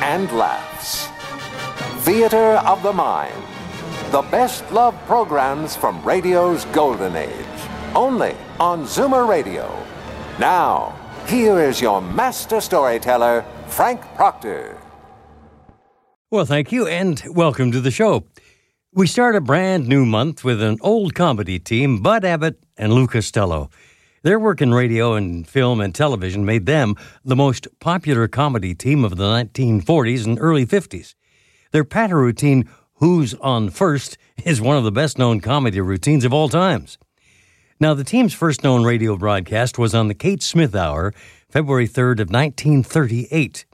and laughs. Theater of the Mind. The best love programs from radio's golden age. Only on Zoomer Radio. Now, here is your master storyteller, Frank Proctor. Well, thank you, and welcome to the show. We start a brand new month with an old comedy team, Bud Abbott and Lou Costello. Their work in radio and film and television made them the most popular comedy team of the 1940s and early 50s. Their patter routine, Who's On First, is one of the best known comedy routines of all times. Now, the team's first known radio broadcast was on the Kate Smith Hour, February 3rd of 1938.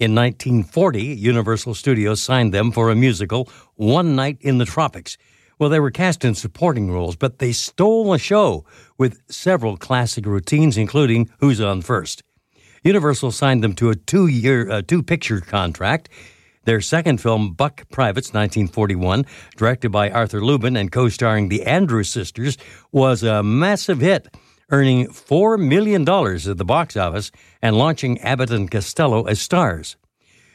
In 1940, Universal Studios signed them for a musical, One Night in the Tropics. Well, they were cast in supporting roles, but they stole the show with several classic routines, including Who's On First. Universal signed them to a two-year, uh, two-picture contract. Their second film, Buck Privates, 1941, directed by Arthur Lubin and co-starring the Andrews sisters, was a massive hit, earning four million dollars at the box office and launching Abbott and Costello as stars.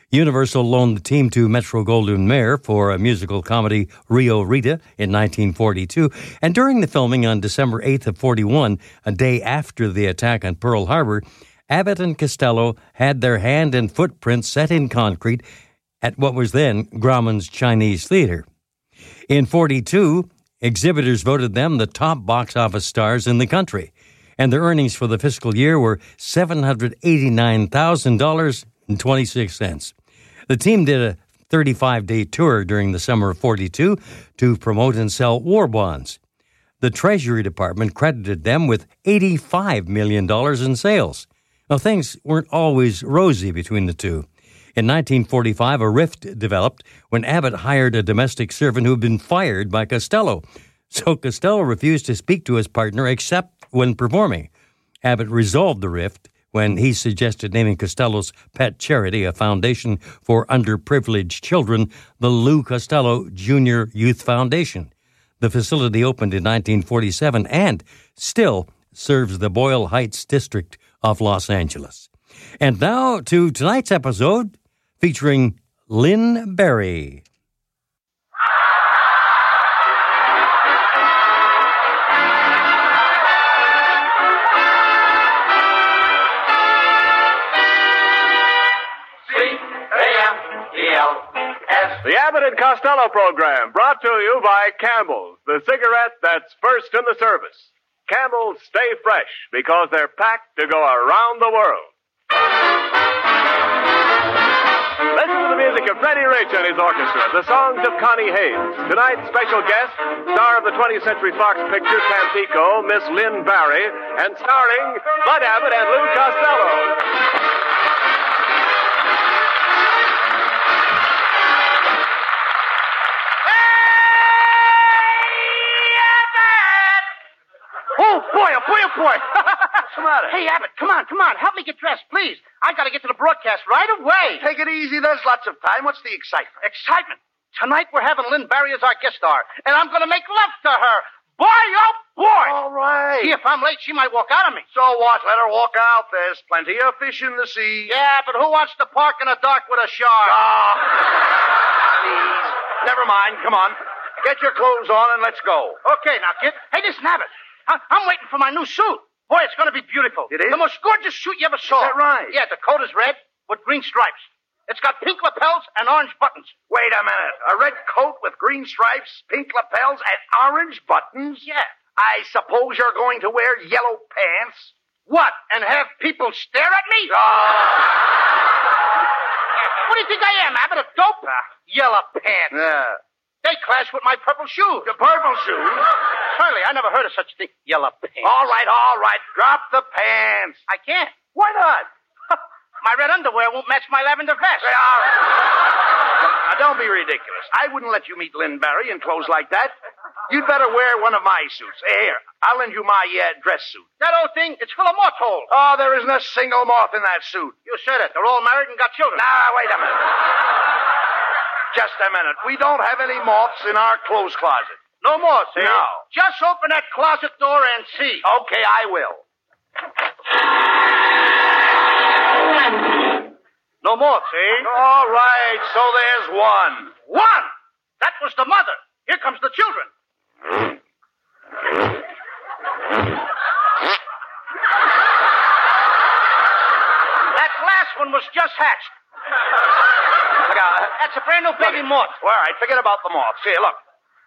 Universal loaned the team to Metro Goldwyn Mayer for a musical comedy Rio Rita in 1942, and during the filming on December 8th of 41, a day after the attack on Pearl Harbor, Abbott and Costello had their hand and footprints set in concrete at what was then Grauman's Chinese Theater. In 42, exhibitors voted them the top box office stars in the country, and their earnings for the fiscal year were $789,000.26. The team did a 35 day tour during the summer of 42 to promote and sell war bonds. The Treasury Department credited them with $85 million in sales. Now, things weren't always rosy between the two. In 1945, a rift developed when Abbott hired a domestic servant who had been fired by Costello. So Costello refused to speak to his partner except when performing. Abbott resolved the rift when he suggested naming Costello's pet charity, a foundation for underprivileged children, the Lou Costello Jr. Youth Foundation. The facility opened in 1947 and still serves the Boyle Heights district of Los Angeles. And now to tonight's episode featuring Lynn Berry. C-A-M-E-L-S. The Abbott and Costello program brought to you by Campbell's, the cigarette that's first in the service. Campbell's stay fresh because they're packed to go around the world. Listen to the music of Freddie Rich and his orchestra, the songs of Connie Hayes. Tonight's special guest, star of the 20th Century Fox picture Tampico, Miss Lynn Barry, and starring Bud Abbott and Lou Costello. Oh, boy, oh, boy, oh, boy. What's the matter? Hey, Abbott, come on, come on. Help me get dressed, please. I got to get to the broadcast right away. Take it easy. There's lots of time. What's the excitement? Excitement. Tonight we're having Lynn Barry as our guest star, and I'm going to make love to her. Boy, oh, boy. All right. See, if I'm late, she might walk out on me. So what? Let her walk out. There's plenty of fish in the sea. Yeah, but who wants to park in the dark with a shark? Oh, please. Never mind. Come on. Get your clothes on and let's go. Okay, now, kid. Hey, listen, Abbott. I- I'm waiting for my new suit. Boy, it's going to be beautiful. It is? The most gorgeous suit you ever saw. that right? Yeah, the coat is red with green stripes. It's got pink lapels and orange buttons. Wait a minute. A red coat with green stripes, pink lapels, and orange buttons? Yeah. I suppose you're going to wear yellow pants? What? And have people stare at me? Ah. What do you think I am, Abbott? A dope? Yellow pants. Yeah. They clash with my purple shoes. The purple shoes? Charlie, I never heard of such a thing. Yellow pants. All right, all right. Drop the pants. I can't. Why not? underwear won't match my lavender vest. Hey, all right. Now, don't be ridiculous. I wouldn't let you meet Lynn Barry in clothes like that. You'd better wear one of my suits. Here, I'll lend you my uh, dress suit. That old thing, it's full of moth holes. Oh, there isn't a single moth in that suit. You said it. They're all married and got children. Now, wait a minute. Just a minute. We don't have any moths in our clothes closet. No more, see? No. Just open that closet door and see. Okay, I will. No more, see? All right, so there's one. One! That was the mother. Here comes the children. that last one was just hatched. uh, Look out. That's a brand new baby moth. All right, forget about the moths. Here, look.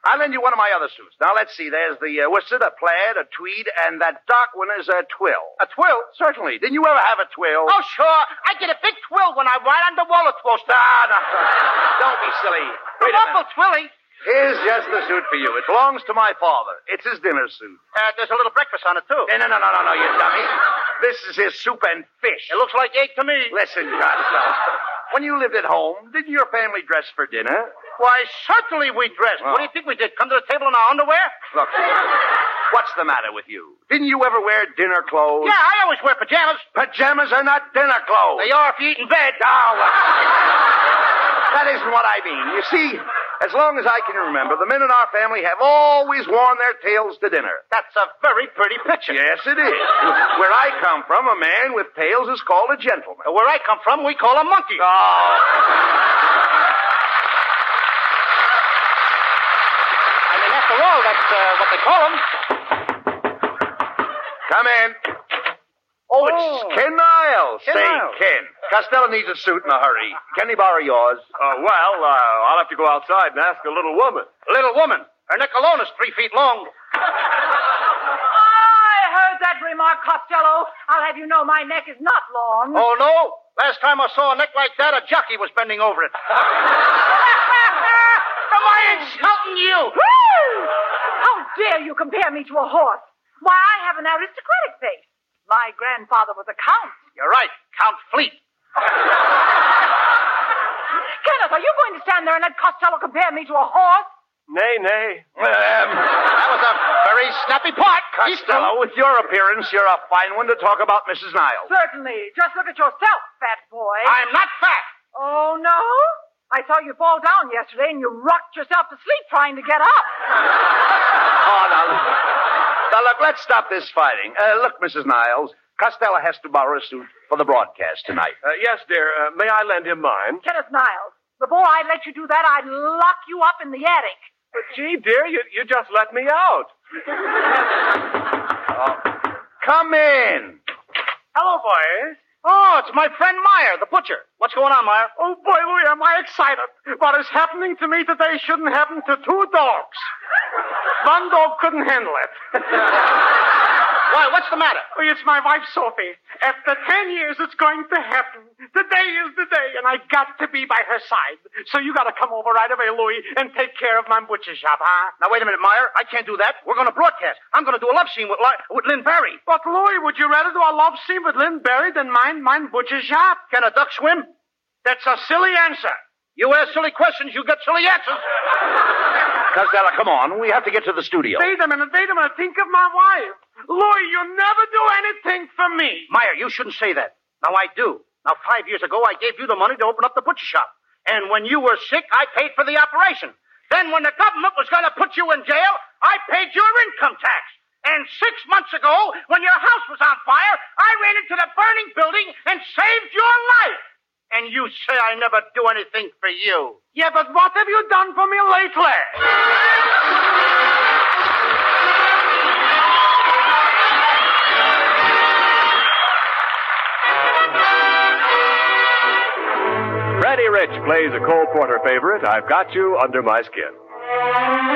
I'll lend you one of my other suits. Now, let's see. There's the uh, worsted, a plaid, a tweed, and that dark one is a twill. A twill? Certainly. Didn't you ever have a twill? Oh, sure. I get a big twill when I ride on the roller coaster. Ah, no. Don't be silly. The Wait a Uncle minute. Twilly. Here's just the suit for you. It belongs to my father. It's his dinner suit. Uh, there's a little breakfast on it, too. Eh, No, no, no, no, no, you dummy. This is his soup and fish. It looks like egg to me. Listen, Costello. When you lived at home, didn't your family dress for dinner? Why, certainly we dressed. What do you think we did? Come to the table in our underwear? Look, what's the matter with you? Didn't you ever wear dinner clothes? Yeah, I always wear pajamas. Pajamas are not dinner clothes. They are if you eat in bed. Now, look. that isn't what I mean. You see, as long as I can remember, the men in our family have always worn their tails to dinner. That's a very pretty picture. Yes, it is. Where I come from, a man with tails is called a gentleman. Where I come from, we call a monkey. Oh. I mean, after all, that's uh, what they call them. Come in. Oh, it's Oh. Ken Niles. Ken Say, Niles. Ken. Costello needs a suit in a hurry. Can he borrow yours? Uh, well, uh, I'll have to go outside and ask a little woman. Little woman. Her neck alone is three feet long. I heard that remark, Costello. I'll have you know my neck is not long. Oh, no? Last time I saw a neck like that, a jockey was bending over it. Am I insulting you? Woo! How dare you compare me to a horse? Why, I have an aristocratic face. My grandfather was a count. You're right. Count Fleet. Kenneth, are you going to stand there and let Costello compare me to a horse? Nay, nay. Um, That was a very snappy part. Costello, with your appearance, you're a fine one to talk about Mrs. Niles. Certainly. Just look at yourself, fat boy. I'm not fat. Oh, no? I saw you fall down yesterday and you rocked yourself to sleep trying to get up. Oh, now, now, look, let's stop this fighting. Uh, look, Mrs. Niles, Costello has to borrow a suit for the broadcast tonight. Uh, yes, dear. Uh, may I lend him mine? Kenneth Niles, before I let you do that, I'd lock you up in the attic. But gee, dear, you, you just let me out. Oh, Come in. Hello, boys. Oh, it's my friend Meyer, the butcher. What's going on, Meyer? Oh, boy, boy, am I excited. What is happening to me today shouldn't happen to two dogs. One dog couldn't handle it. Why, what's the matter? Oh, it's my wife, Sophie. After ten years, it's going to happen. The day is the day, and I got to be by her side. So you gotta come over right away, Louis, and take care of my butcher shop, huh? Now, wait a minute, Meyer. I can't do that. We're going to broadcast. I'm going to do a love scene with, Li- with Lynn Barry. But, Louis, would you rather do a love scene with Lynn Barry than mine, mine butcher shop? Can a duck swim? That's a silly answer. You ask silly questions, you get silly answers. Costello, come on. We have to get to the studio. Wait a minute, wait a minute. Think of my wife. Louis, you never do anything for me. Meyer, you shouldn't say that. Now, I do. Now, five years ago, I gave you the money to open up the butcher shop. And when you were sick, I paid for the operation. Then, when the government was going to put you in jail, I paid your income tax. And six months ago, when your house was on fire, I ran into the burning building and saved your life. And you say I never do anything for you. Yeah, but what have you done for me lately? Freddie Rich plays a Cole Porter favorite, I've Got You Under My Skin.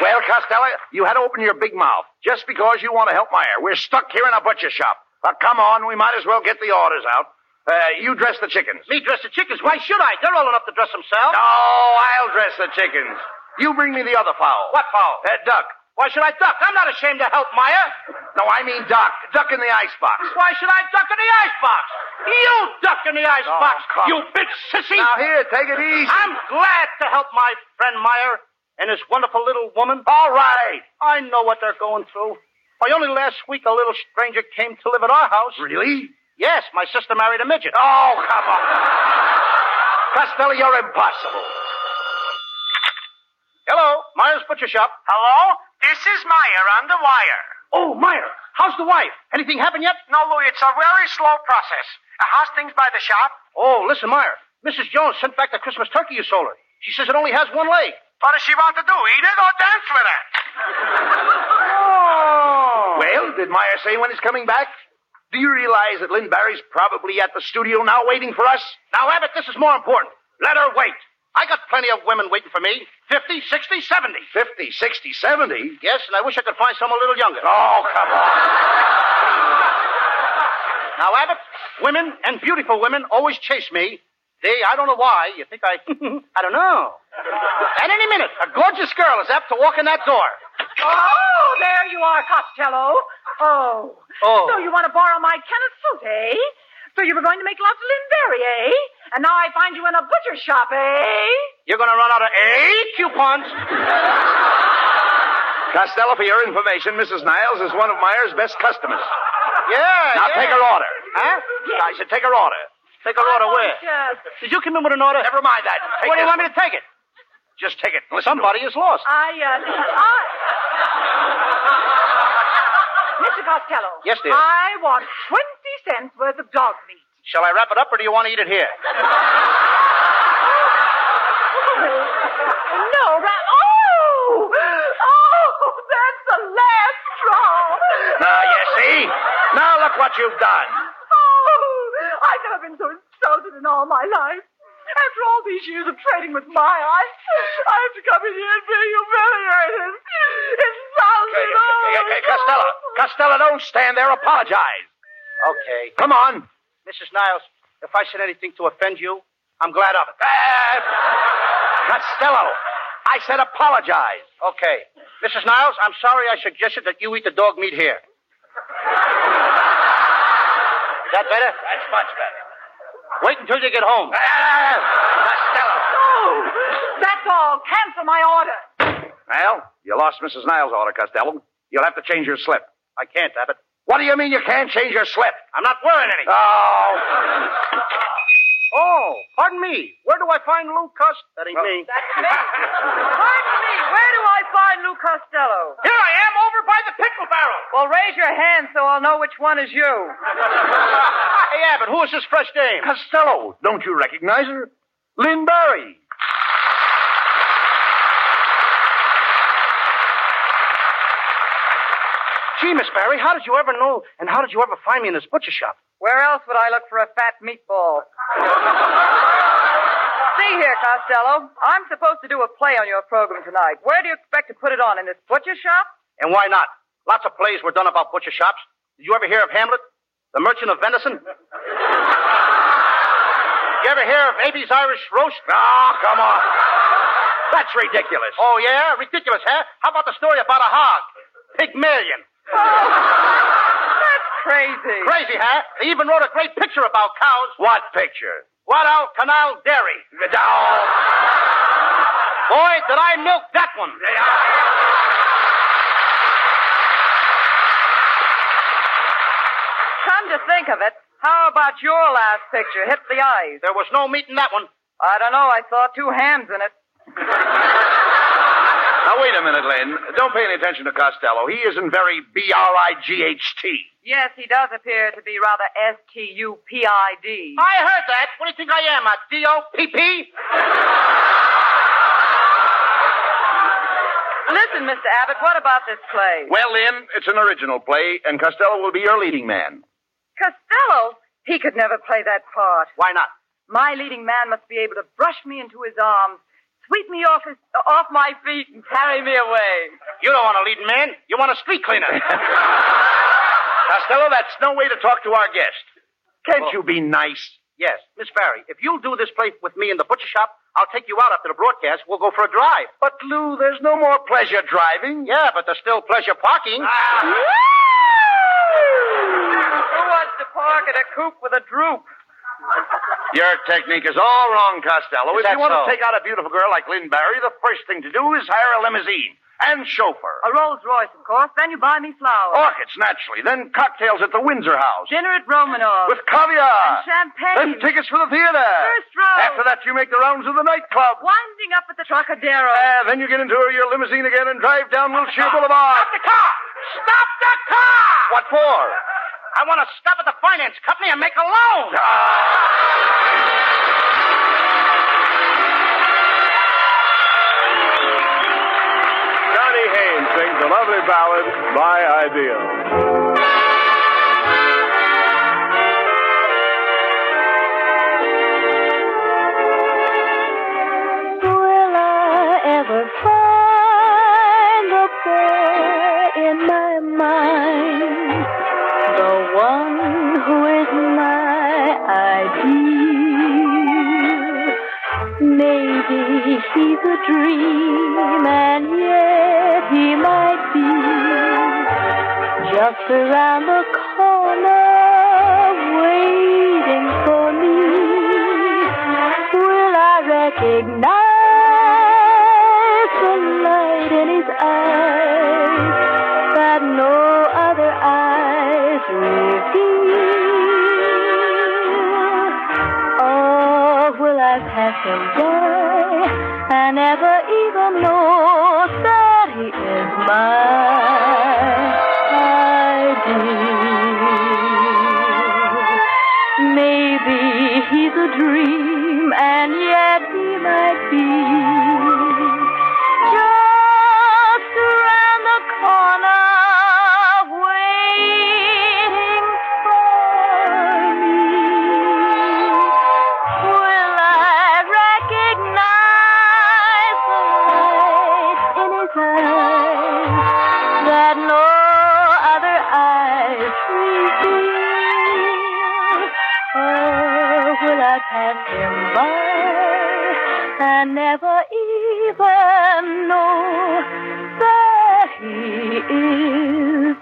Well, Costello, you had to open your big mouth just because you want to help Meyer. We're stuck here in a butcher shop. Uh, come on, we might as well get the orders out. Uh, you dress the chickens. Me dress the chickens? Why should I? They're old enough to dress themselves. No, I'll dress the chickens. You bring me the other fowl. What fowl? Uh, duck. Why should I duck? I'm not ashamed to help Meyer. No, I mean duck. Duck in the icebox. Why should I duck in the icebox? You duck in the icebox, come. you big sissy. Now here, take it easy. I'm glad to help my friend Meyer and his wonderful little woman. All right. I know what they're going through. Why, only last week a little stranger came to live at our house. Really? Yes, my sister married a midget. Oh, come on. Costello, you're impossible. Hello, Meyer's Butcher Shop. Hello? This is Meyer on the wire. Oh, Meyer, how's the wife? Anything happened yet? No, Louie, it's a very slow process. Uh, how's things by the shop? Oh, listen, Meyer. Mrs. Jones sent back the Christmas turkey you sold her. She says it only has one leg. What does she want to do? Eat it or dance with it? Well, did Meyer say when he's coming back? Do you realize that Lynn Barry's probably at the studio now waiting for us? Now, Abbott, this is more important. Let her wait. I got plenty of women waiting for me 50, 60, 70. 50, 60, 70? Yes, and I wish I could find some a little younger. Oh, come on. Now, Abbott, women and beautiful women always chase me. They, I don't know why. You think I, I don't know. At any minute, a gorgeous girl is apt to walk in that door. Oh, there you are, Costello. Oh. Oh. So you want to borrow my Kenneth suit, eh? So you were going to make love to Lynn Berry, eh? And now I find you in a butcher shop, eh? You're going to run out of A coupons. Costello, for your information, Mrs. Niles is one of Meyer's best customers. Yeah. Now yeah. take her order. Huh? I said take her order. Take her order I where? want, uh, Did you come in with an order? Never mind that. Take Where do you this want me one. to take it? Just take it. Listen to Somebody is lost. I, uh, I... Mr. Costello. Yes, dear. I want 20 cents worth of dog meat. Shall I wrap it up or do you want to eat it here? No, that... Oh! Oh, that's the last straw. it. Now, you see? Now look what you've done. Oh, I've never been so insulted in all my life. After all these years of trading with my eyes, I have to come in here and be humiliated. Insulted. Okay, okay, Oh, okay, Costello. Costello, don't stand there. Apologize. Okay. Come on. Mrs. Niles, if I said anything to offend you, I'm glad of it. Ah, Costello, I said apologize. Okay. Mrs. Niles, I'm sorry I suggested that you eat the dog meat here. Is that better? That's much better. Wait until you get home. Costello. Oh, that's all. Cancel my order. Well, you lost Mrs. Niles' order, Costello. You'll have to change your slip. I can't, Abbott. What do you mean you can't change your slip? I'm not wearing any. Oh, oh, pardon me. Where do I find Lou Cost? That ain't me. That's me. Pardon me. Where do I find Lou Costello? Here I am over by the pickle barrel. Well, raise your hand so I'll know which one is you. Hey, Abbott, who is this fresh dame? Costello, don't you recognize her? Lynn Barry. Gee, Miss Barry, how did you ever know and how did you ever find me in this butcher shop? Where else would I look for a fat meatball? See here, Costello. I'm supposed to do a play on your program tonight. Where do you expect to put it on? In this butcher shop? And why not? Lots of plays were done about butcher shops. Did you ever hear of Hamlet? The Merchant of Venison? you ever hear of Abe's Irish Roast? Oh, come on. That's ridiculous. Oh, yeah? Ridiculous, huh? How about the story about a hog? Pygmalion. That's crazy. Crazy, huh? They even wrote a great picture about cows. What picture? Guadal Canal Dairy. Oh. Boy, did I milk that one. Come to think of it, how about your last picture, Hit the Eyes? There was no meat in that one. I don't know. I saw two hams in it. Now, wait a minute, Lynn. Don't pay any attention to Costello. He isn't very B R I G H T. Yes, he does appear to be rather S-T-U-P-I-D. I heard that. What do you think I am, a D-O-P-P? Listen, Mr. Abbott, what about this play? Well, Lynn, it's an original play, and Costello will be your leading man. Costello? He could never play that part. Why not? My leading man must be able to brush me into his arms, sweep me off, his, off my feet and carry me away. You don't want a leading man. You want a street cleaner. Costello, that's no way to talk to our guest. Can't you be nice? Yes. Miss Barry, if you'll do this play with me in the butcher shop, I'll take you out after the broadcast. We'll go for a drive. But, Lou, there's no more pleasure driving. Yeah, but there's still pleasure parking. Ah! Who wants to park at a coop with a droop? Your technique is all wrong, Costello. Is if that you want so? to take out a beautiful girl like Lynn Barry, the first thing to do is hire a limousine and chauffeur. A Rolls Royce, of course. Then you buy me flowers. Orchids, naturally. Then cocktails at the Windsor House. Dinner at Romanov. With caviar. Ah. And champagne. Then tickets for the theater. First row. After that, you make the rounds of the nightclub. Winding up at the Trocadero. eh, And then you get into your limousine again and drive down Wilshire Boulevard. Stop the car! Stop the car! What for? I want to stop at the finance company and make a loan. Ah, Johnny Haynes sings the lovely ballad, My Ideal. Will I ever find up there in my mind the one who is my ideal? Maybe he's a dream, and yet he might be just around the corner waiting for me. Will I recognize the light in his eyes that no other eyes reveal? Oh, will I pass him by and never even know that he is my ideal? Maybe he's a dream, and yet he might be just around the corner waiting for me. Will I recognize the light in his eyes that no other eyes reveal? Or will I pass him by and never even know that he is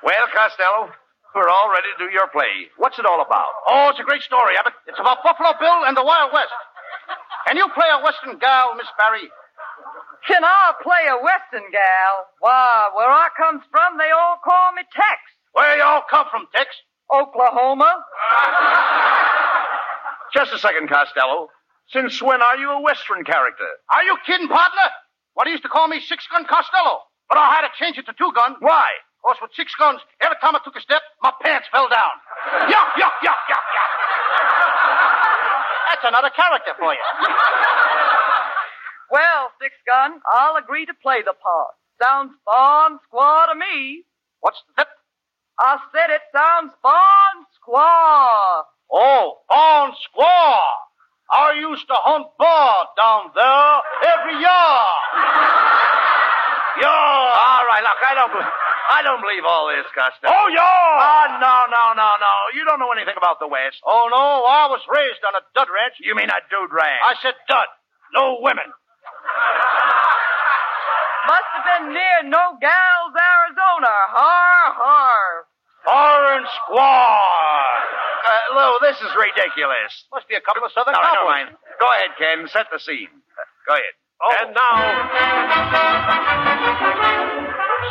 Well, Costello, we're all ready to do your play. What's it all about? Oh, it's a great story, Abbott. It's about Buffalo Bill and the Wild West. And you play a Western gal, Miss Barry. Can I play a Western gal? Why, where I comes from, they all call me Tex. Where y'all come from, Tex? Oklahoma. Just a second, Costello. Since when are you a Western character? Are you kidding, partner? What he used to call me Six Gun Costello. But I had to change it to Two Gun. Why? Because with six guns, every time I took a step, my pants fell down. Yuck, yuck, yuck, yuck, yuck. That's another character for you. Well, Six Gun, I'll agree to play the part. Sounds barn squaw to me. What's that? I said it sounds barn squaw. Oh, on squaw. I used to hunt bar down there every year. You're... All right, look, I don't, bel- I don't believe all this, Costello. Oh, yeah. Ah, no, no, no, no. Oh, You don't know anything about the West. Oh, no, I was raised on a dud ranch. You mean a dude ranch? I said dud. No women. Must have been near No Gals, Arizona. Har, har. Orange squaw. Uh, Lou, this is ridiculous. Must be a couple of southern No, cowboys. never mind. Go ahead, Ken. Set the scene. Go ahead. Oh. And now,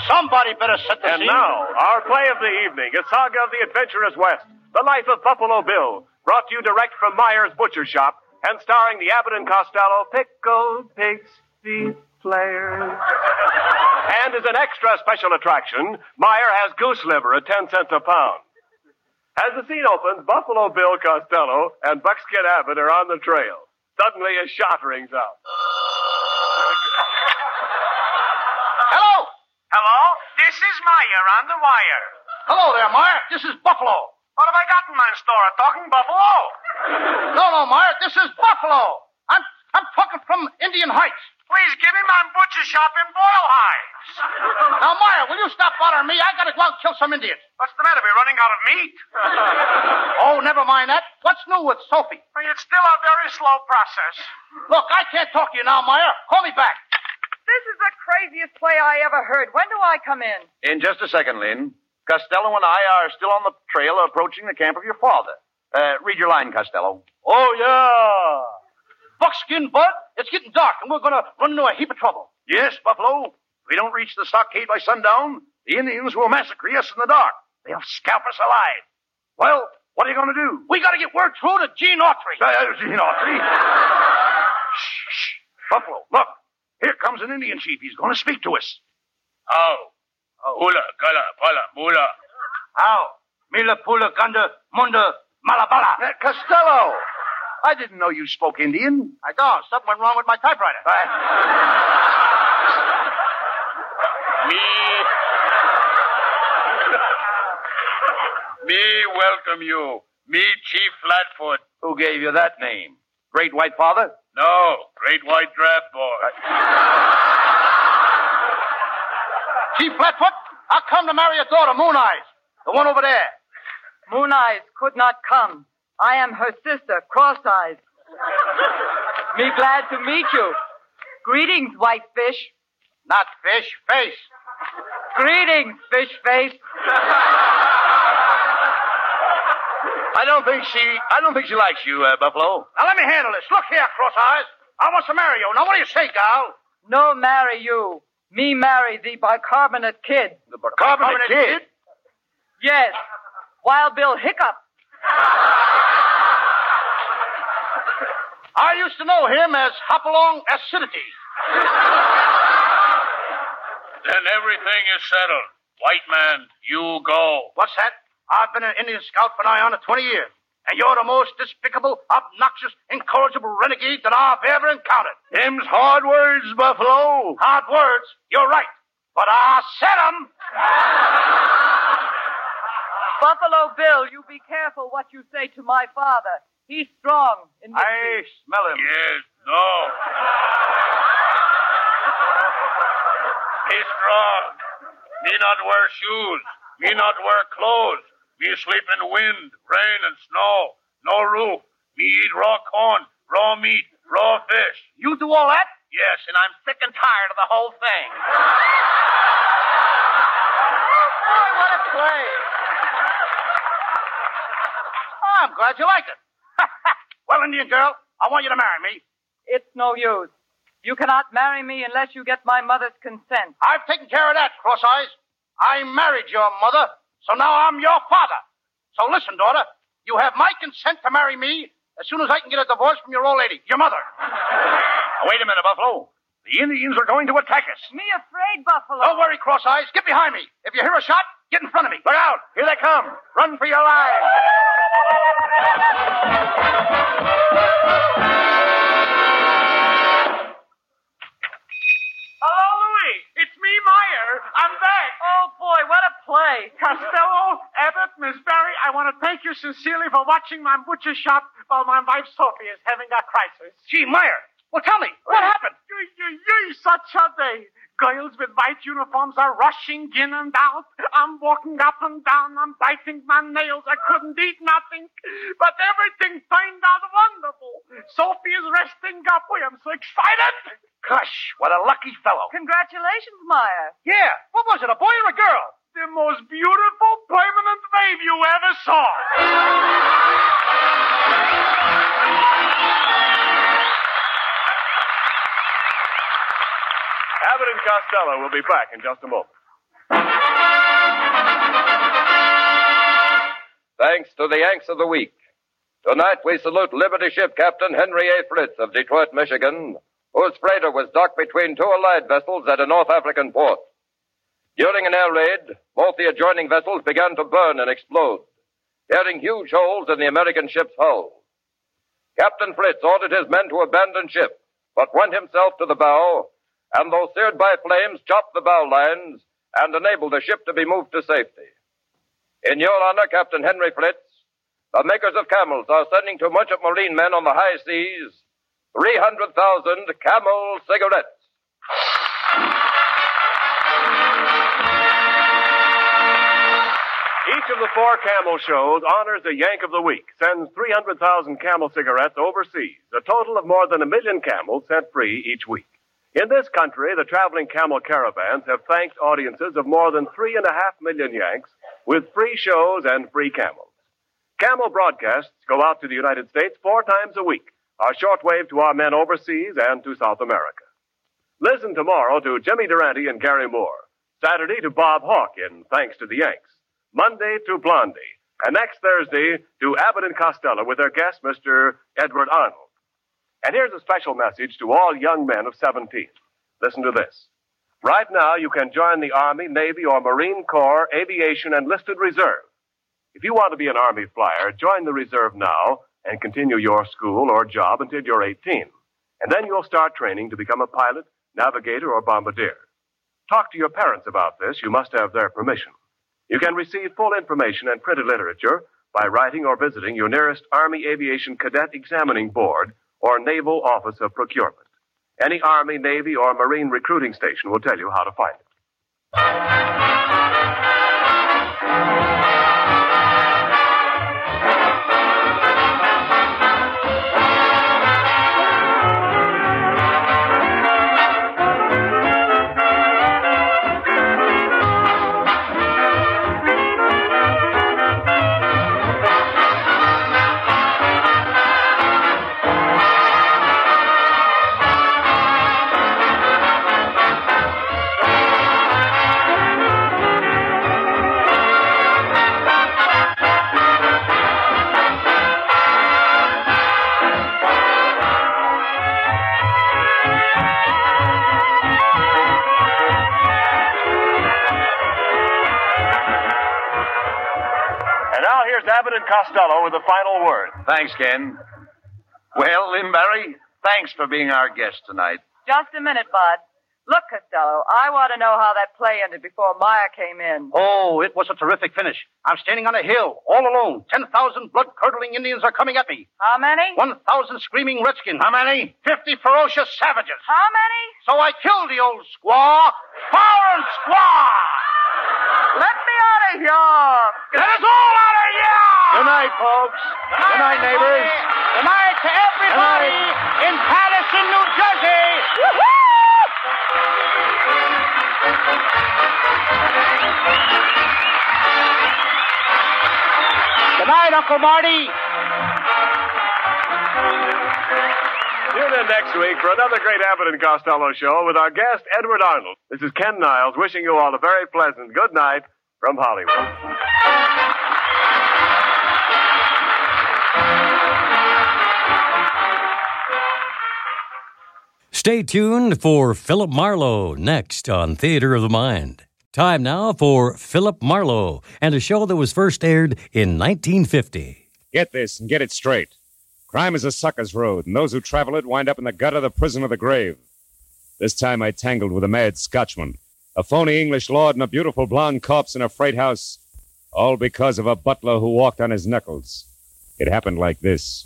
Somebody better set the and scene. now, our play of the evening, a saga of the adventurous West, the life of Buffalo Bill, brought to you direct from Myers Butcher Shop, and starring the Abbott and Costello Pickled Pixie Players. And as an extra special attraction, Meyer has goose liver at 10 cents a pound. As the scene opens, Buffalo Bill Costello and Buckskin Abbott are on the trail. Suddenly, a shot rings out. Hello? Hello? This is Meyer on the wire. Hello there, Meyer. This is Buffalo. What have I got in my store? A talking buffalo? No, no, Meyer. This is Buffalo. I'm I'm talking from Indian Heights. Please give him my butcher shop in Boyle Heights. Now, Meyer, will you stop bothering me? I gotta go out and kill some Indians. What's the matter? We're running out of meat. Oh, never mind that. What's new with Sophie? Well, It's still a very slow process. Look, I can't talk to you now, Meyer. Call me back. This is the craziest play I ever heard. When do I come in? In just a second, Lynn. Costello and I are still on the trail approaching the camp of your father. Uh, read your line, Costello. Oh, yeah. Buckskin Bud, it's getting dark, and we're gonna run into a heap of trouble. Yes, Buffalo. If we don't reach the stockade by sundown, the Indians will massacre us in the dark. They'll scalp us alive. Well, what are you going to do? We gotta get word through to Gene Autry. Uh, you know, see? shh, shh. Buffalo, look. Here comes an Indian chief. He's going to speak to us. How? Hula, gala, pala, mula. How? Mila Pula Gunda Munda Malabala. Uh, Costello! I didn't know you spoke Indian. I know. Something went wrong with my typewriter. Me. Me welcome you. Me Chief Flatfoot. Who gave you that name? Great White Father? No, Great White Draft Boy. Chief Flatfoot, I come to marry your daughter, Moon Eyes. The one over there. Moon Eyes could not come. I am her sister, Cross Eyes. Me glad to meet you. Greetings, White Fish. Not fish, face. Greetings, Fish Face. I don't think she. I don't think she likes you, uh, Buffalo. Now let me handle this. Look here, Cross Eyes. I want to marry you. Now what do you say, gal? No marry you. Me marry the bicarbonate kid. The bicarbonate kid. Yes. Wild Bill Hiccup. I used to know him as Hopalong Acidity. Then everything is settled. White man, you go. What's that? I've been an Indian scout for nigh on to 20 years. And you're the most despicable, obnoxious, incorrigible renegade that I've ever encountered. Them's hard words, Buffalo. Hard words, you're right. But I said 'em. Buffalo Bill, you be careful what you say to my father. He's strong. In this I smell him. Yes, no. Be strong. Me not wear shoes. Me not wear clothes. Me sleep in wind, rain, and snow. No roof. Me eat raw corn, raw meat, raw fish. You do all that? Yes, and I'm sick and tired of the whole thing. Boy, what a play. I'm glad you like it. well, Indian girl, I want you to marry me. It's no use. You cannot marry me unless you get my mother's consent. I've taken care of that, Cross Eyes. I married your mother, so now I'm your father. So listen, daughter, you have my consent to marry me as soon as I can get a divorce from your old lady, your mother. Now, wait a minute, Buffalo. The Indians are going to attack us. Me afraid, Buffalo. Don't worry, Cross Eyes. Get behind me. If you hear a shot, get in front of me. Look out! Here they come. Run for your lives. Hello, Oh, Louis. It's me, Meyer. I'm back. Oh, boy, what a play. Costello, Abbott, Miss Barry, I want to thank you sincerely for watching my butcher shop while my wife Sophie is having a crisis. Gee, Meyer. Well, tell me, what happened? You, you, you, such a day. Girls with white uniforms are rushing in and out. I'm walking up and down. I'm biting my nails. I couldn't eat nothing. But everything turned out wonderful. Sophie is resting up. I am so excited. Gosh, what a lucky fellow. Congratulations, Meyer. Yeah. What was it, a boy or a girl? The most beautiful permanent wave you ever saw. Abbott and Costello will be back in just a moment. Thanks to the Yanks of the Week. Tonight we salute Liberty Ship Captain Henry A. Fritz of Detroit, Michigan, whose freighter was docked between two Allied vessels at a North African port. During an air raid, both the adjoining vessels began to burn and explode. tearing huge holes in the American ship's hull. Captain Fritz ordered his men to abandon ship, but went himself to the bow, and though seared by flames, chopped the bow lines and enabled the ship to be moved to safety. In your honor, Captain Henry Fritz, the makers of camels are sending to merchant marine men on the high seas 300,000 camel cigarettes. Each of the four camel shows honors a Yank of the Week, sends 300,000 camel cigarettes overseas, a total of more than a million camels sent free each week. In this country, the traveling camel caravans have thanked audiences of more than three and a half million Yanks with free shows and free camels. Camel broadcasts go out to the United States four times a week, are shortwave to our men overseas and to South America. Listen tomorrow to Jimmy Durante and Gary Moore, Saturday to Bob Hawke in Thanks to the Yanks, Monday to Blondie, and next Thursday to Abbott and Costello with their guest, Mr. Edward Arnold. And here's a special message to all young men of 17. Listen to this. Right now, you can join the Army, Navy, or Marine Corps, Aviation, and Listed Reserve. If you want to be an Army flyer, join the reserve now and continue your school or job until you're 18. And then you'll start training to become a pilot, navigator, or bombardier. Talk to your parents about this. You must have their permission. You can receive full information and printed literature by writing or visiting your nearest Army Aviation Cadet Examining Board or Naval Office of Procurement. Any Army, Navy, or Marine recruiting station will tell you how to find it. And now here's Abbott and Costello with the final word. Thanks, Ken. Well, Lynn Barry, thanks for being our guest tonight. Just a minute, Bud. Look, Costello, I want to know how that play ended before Meyer came in. Oh, it was a terrific finish. I'm standing on a hill, all alone. 10,000 blood curdling Indians are coming at me. How many? 1,000 screaming redskins. How many? 50 ferocious savages. How many? So I killed the old squaw. Foreign squaw! Let me out of here! Let us all out of here! Good night, folks. Good night, neighbors. Good night to everybody in Patterson, New Jersey. Good night, Uncle Marty. Tune in next week for another great Abbott and Costello show with our guest, Edward Arnold. This is Ken Niles wishing you all a very pleasant good night from Hollywood. Stay tuned for Philip Marlowe next on Theater of the Mind. Time now for Philip Marlowe and a show that was first aired in 1950. Get this and get it straight. Crime is a sucker's road, and those who travel it wind up in the gutter, the prison, or the grave. This time I tangled with a mad Scotchman, a phony English lord, and a beautiful blonde corpse in a freight house, all because of a butler who walked on his knuckles. It happened like this.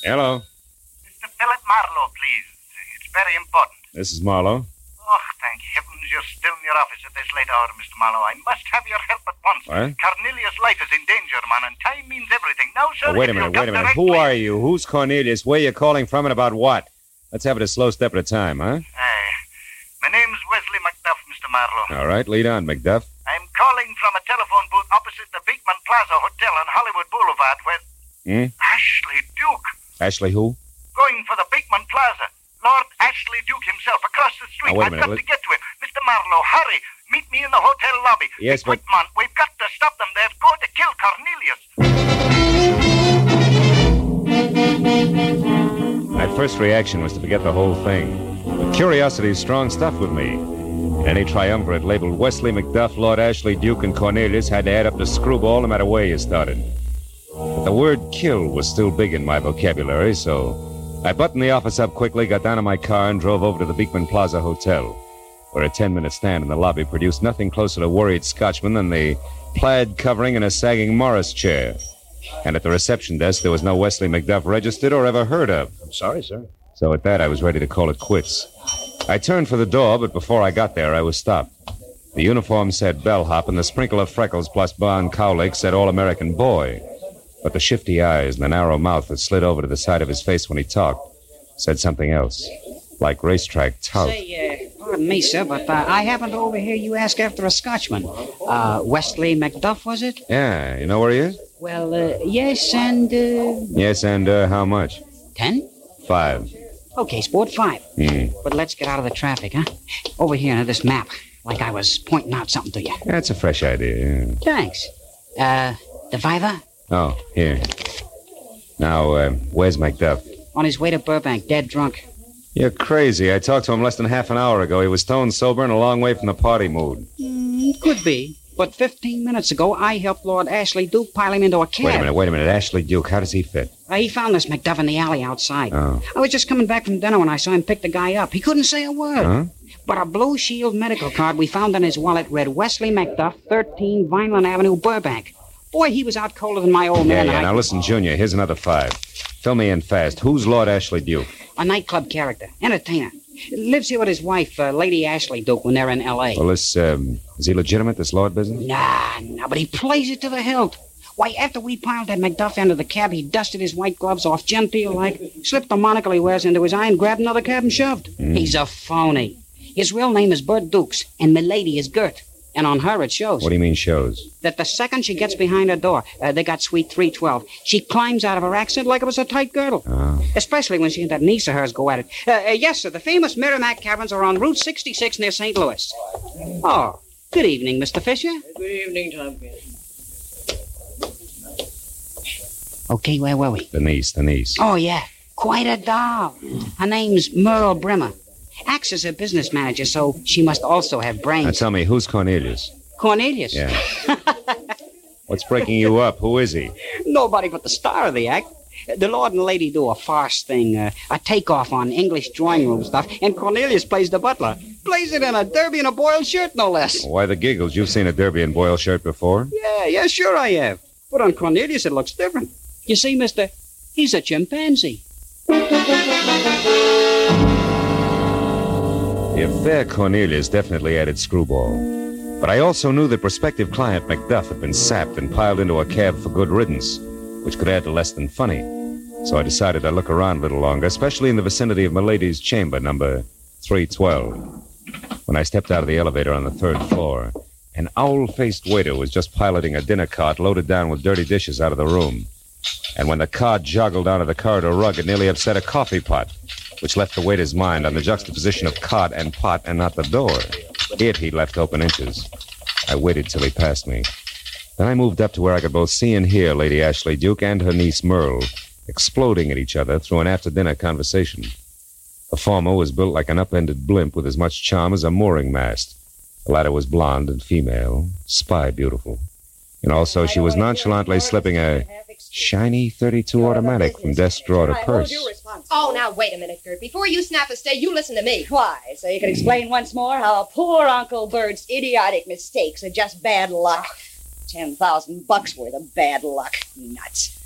Hello, Philip Marlowe, please. It's very important. this is Marlowe. Oh, thank heavens you're still in your office at this late hour, Mr. Marlowe. I must have your help at once. What? Cornelius' life is in danger, man, and time means everything. Now, sir, Oh, wait a if you'll minute, wait a come direct- minute. Who are you? Who's Cornelius? Where you calling from and about what? Let's have it a slow step at a time, Aye. huh? Eh, My name's Wesley Macduff, Mr. Marlowe. All right, lead on, McDuff. I'm calling from a telephone booth opposite the Beekman Plaza Hotel on Hollywood Boulevard where Hmm? Ashley Duke Ashley who? going for the Beekman Plaza. Lord Ashley Duke himself across the street. Now, wait a I've minute, got let- to get to him. Mr. Marlowe, hurry. Meet me in the hotel lobby. Yes, but Man, we've got to stop them. They're going to kill Cornelius. my first reaction was to forget the whole thing. But curiosity is strong stuff with me. Any triumvirate labeled Wesley McDuff, Lord Ashley Duke, and Cornelius had to add up to screwball no matter where you started. But the word kill was still big in my vocabulary, so I buttoned the office up quickly, got down in my car, and drove over to the Beekman Plaza Hotel, where a 10 minute stand in the lobby produced nothing closer to worried Scotchman than the plaid covering and a sagging Morris chair. And at the reception desk, there was no Wesley McDuff registered or ever heard of. I'm sorry, sir. So at that, I was ready to call it quits. I turned for the door, but before I got there, I was stopped. The uniform said bellhop, and the sprinkle of freckles plus Barn Cowlick said all American boy. But the shifty eyes and the narrow mouth that slid over to the side of his face when he talked said something else, like racetrack tout. Say, uh, pardon me, sir, but uh, I happened to overhear you ask after a Scotchman. Uh, Wesley MacDuff, was it? Yeah, you know where he is? Well, uh, yes, and uh, Yes, and uh, how much? ten. Five. Okay, sport five. Hmm. But let's get out of the traffic, huh? Over here under this map, like I was pointing out something to you. That's a fresh idea. yeah. Thanks. Uh, the Viva Oh, here. Now, uh, where's MacDuff? on his way to Burbank, dead drunk. You're crazy. I talked to him less than half an hour ago. He was stone sober and a long way from the party mood. Hmm, could be. But 15 minutes ago, I helped Lord Ashley Duke pile him into a cab. Wait a minute, wait a minute. Ashley Duke, how does he fit? Uh, he found this MacDuff in the alley outside. Oh. I was just coming back from dinner when I saw him pick the guy up. He couldn't say a word. Huh? But a Blue Shield medical card we found in his wallet read Wesley MacDuff, 13 Vineland Avenue, Burbank. Boy, he was out colder than my old Yeah, Oh, man. and yeah. I- Now listen, Junior, here's another five. Fill me in fast. Who's Lord Ashley Duke? A nightclub character, entertainer. Lives here with his wife, uh, Lady Ashley Duke, when they're in L.A. Well, this, um, is he legitimate, this Lord business? Nah, nah, but he plays it to the hilt. Why, after we piled that MacDuff into the cab, he dusted his white gloves off genteel like, slipped the monocle he wears into his eye, and grabbed another cab and shoved. Mm. He's a phony. His real name is Bert Dukes, and Milady is Gert. And on her it shows What do you mean shows? that the second she gets behind her door, uh, they got suite 312, she climbs out of her accent like it was a tight girdle. Especially when she and that niece of hers go at it. Uh, uh, yes, sir, the famous Merrimack Caverns are on Route 66 near St. Louis. Oh, good evening, Mr. Fisher. Good evening, Tompkins. Okay, where were we? The niece, the niece. Oh, yeah. Quite a doll. Her name's Merle Bremer. Acts as a business manager, so she must also have Now brains. tell me, who's Cornelius? Cornelius. Yeah. What's breaking you up? Who is he? Nobody but the star of the act. The Lord and Lady do a farce thing, uh, a takeoff on English drawing room stuff, and Cornelius plays the butler. Plays it in a derby and a boiled shirt, no less. Why the giggles? You've seen a derby and boil shirt before? Yeah, yeah, sure I have. But on Cornelius, it looks different. You see, mister, he's a chimpanzee. The affair Cornelius definitely added screwball. But I also knew that prospective client Macduff had been sapped and piled into a cab for good riddance, which could add to less than funny. So I decided I'd look around a little longer, especially in the vicinity of Milady's chamber, number 312. When I stepped out of the elevator on the third floor, an owl faced waiter was just piloting a dinner cart loaded down with dirty dishes out of the room. And when the cart joggled onto the corridor rug, it nearly upset a coffee pot, which left the waiter's mind on the juxtaposition of cart and pot and not the door. It he left open inches. I waited till he passed me. Then I moved up to where I could both see and hear Lady Ashley Duke and her niece Merle exploding at each other through an after dinner conversation. The former was built like an upended blimp with as much charm as a mooring mast. The latter was blonde and female, spy beautiful. And also, she was nonchalantly slipping a shiny 32 automatic from desk drawer to purse. Oh, now wait a minute, Gert. Before you snap a stay, you listen to me. Why? So you can explain once more how poor Uncle Bert's idiotic mistakes are just bad luck. Ten thousand bucks worth of bad luck. Nuts.